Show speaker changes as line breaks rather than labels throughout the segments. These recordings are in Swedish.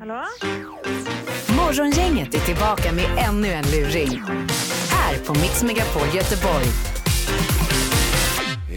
Hallå?
Morgongänget är tillbaka med ännu en luring. Här på Mix Megapol Göteborg.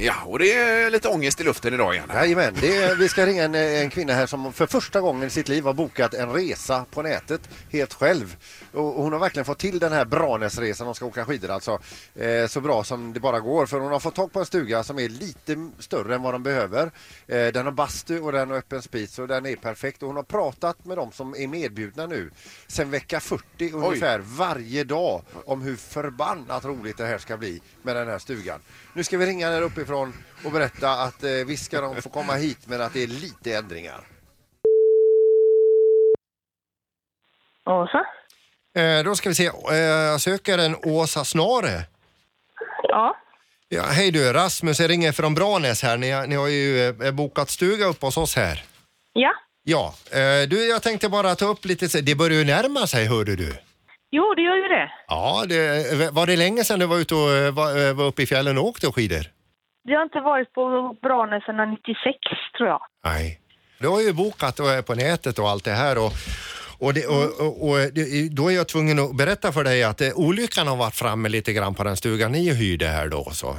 Ja, och det är lite ångest i luften idag igen.
Jajamän, det är, vi ska ringa en, eh, en kvinna här som för första gången i sitt liv har bokat en resa på nätet helt själv. Och, och hon har verkligen fått till den här Branäsresan, hon ska åka skidor alltså, eh, så bra som det bara går. För hon har fått tag på en stuga som är lite m- större än vad de behöver. Eh, den har bastu och den har öppen spis och den är perfekt. Och hon har pratat med de som är medbjudna nu sen vecka 40 ungefär varje dag om hur förbannat roligt det här ska bli med den här stugan. Nu ska vi ringa ner uppifrån och berätta att eh, visst ska de få komma hit men att det är lite ändringar.
Åsa?
Eh, då ska vi se, eh, sökaren Åsa Snare.
Ja.
Ja, hej du, Rasmus, jag ringer från Branäs här. Ni, har- ni har ju eh, bokat stuga upp hos oss här.
Ja.
Ja, eh, du jag tänkte bara ta upp lite, så- det börjar ju närma sig hörde du.
Jo, det gör ju det.
Ja, det, eh, var det länge sedan du var ute och eh, var, eh, var uppe i fjällen och åkte skidor?
Vi har inte varit på Branäs sedan 96, tror jag.
Nej. Du har ju bokat och är på nätet och allt det här och, och, det, och, och, och det, då är jag tvungen att berätta för dig att eh, olyckan har varit framme lite grann på den stugan ni hyrde här då. Så.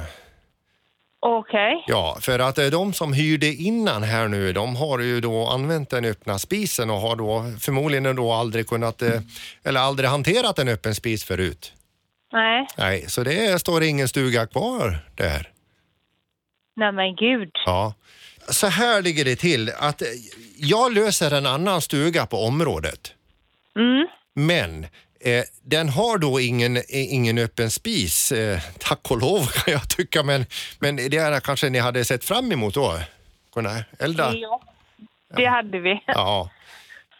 Okej.
Ja, för att eh, de som hyrde innan här nu, de har ju då använt den öppna spisen och har då förmodligen då aldrig kunnat, eh, eller aldrig hanterat en öppen spis förut.
Nej.
Nej, så det står ingen stuga kvar där.
Nej, men gud.
Ja. Så här ligger det till att eh, jag löser en annan stuga på området. Men eh, den har då ingen, eh, ingen öppen spis, eh, tack och lov kan jag tycka. Men, men det är kanske ni hade sett fram emot då? Kunna elda?
Ja. Det hade vi.
Ja.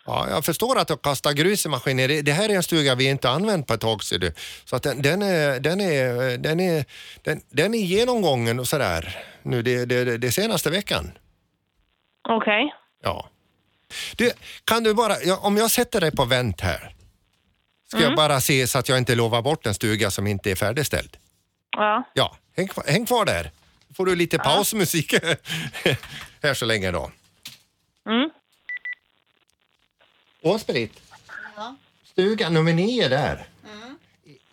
ja, jag förstår att du kastar grus i maskiner. Det- Det här är en stuga vi inte använt på ett tag ser du. Så att den, den, är, den, är, den, är, den, den är genomgången och sådär nu det, det, det- det senaste veckan.
Okej.
Ja. Du, kan du bara, ja, om jag sätter dig på vänt här, ska jag bara se så att jag inte lovar bort en stuga som inte är färdigställd?
Ja.
Ja, häng, kvar- häng kvar där. får du lite pausmusik här så länge då.
Mm.
Åsbrit, stuga nummer nio där.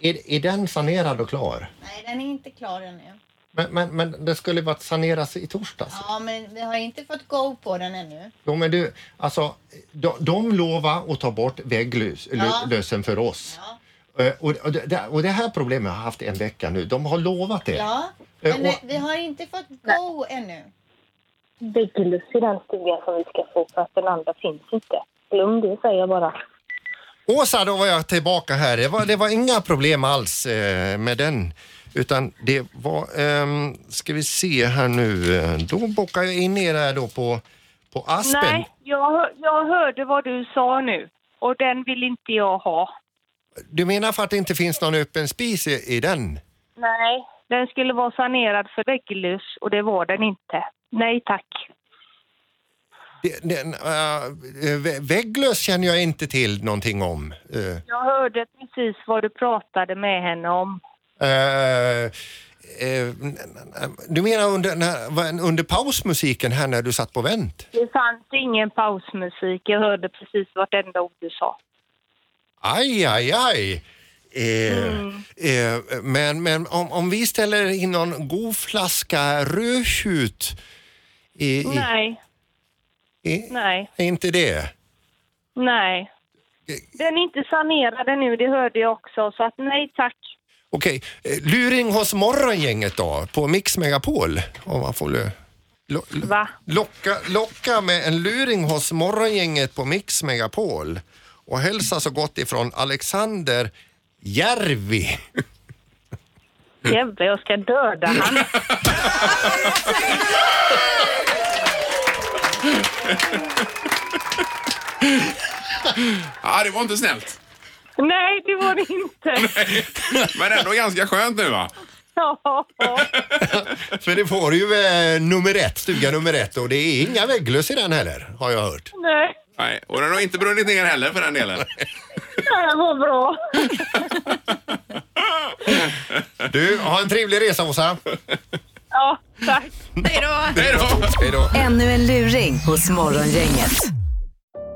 Är, är den sanerad och klar?
Nej, den är inte klar ännu.
Men, men, men det skulle varit saneras i torsdags.
Ja, men vi har inte fått go på den ännu.
Jo, men du, alltså, de, de lovar att ta bort vägglösen för oss. Eh, Och, och, det, och det här problemet har jag haft en vecka nu. De har lovat det.
Ja,
Eh,
men
och-
vi har inte fått go ännu.
Biggelus i den stugan som vi ska få för att den andra finns inte. Glöm det säger jag bara.
Åsa, då var jag tillbaka här. Det var, det var inga problem alls eh, med den. Utan det var, ehm, ska vi se här nu, Eh, då bockar jag in er här då på, på Aspen.
Nej, jag, hör- jag hörde vad du sa nu. Och den vill inte jag ha.
Du menar för att det inte finns någon öppen spis i, i den?
Nej. Den skulle vara sanerad för vägglös och det var den inte. Nej tack.
Det- Den, eh, vä- vägglös känner jag inte till någonting om. Eh,
Jag hörde precis vad du pratade med henne om.
Eh, eh, du menar under, när, vad- under pausmusiken här när du satt på vänt?
Det fanns ingen pausmusik. Jag hörde precis vartenda ord du sa.
Aj, aj, aj! Eh, eh, men men om, om vi ställer in någon god flaska rödtjut, i, i,
Nej,
i,
nej,
är inte det?
nej. Den är inte sanerad nu, det hörde jag också. Så att nej tack.
Okej, eh, luring hos morgongänget då, på Mix Megapol. Om man får lu- lo, lo,
Va?
Locka, locka med en luring hos morgongänget på Mix Megapol och hälsa så gott ifrån Alexander Järvi.
Jävlar, jag ska döda han.
Ja, det var inte snällt.
nej, det var det inte.
Men ändå ganska skönt nu va?
Ja,
För det får ju eh, nummer ett, stuga nummer ett och det är inga vägglöss i den heller har jag hört.
nej,
Nej, och den har inte brunnit ner heller för den delen.
det var bra.
Du, ha en trevlig resa Åsa.
Ja, Tack.
Hej då!
Hej då! Hej då!
Ännu en luring hos Morgongänget.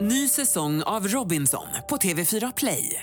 Ny säsong av Robinson på TV4 Play.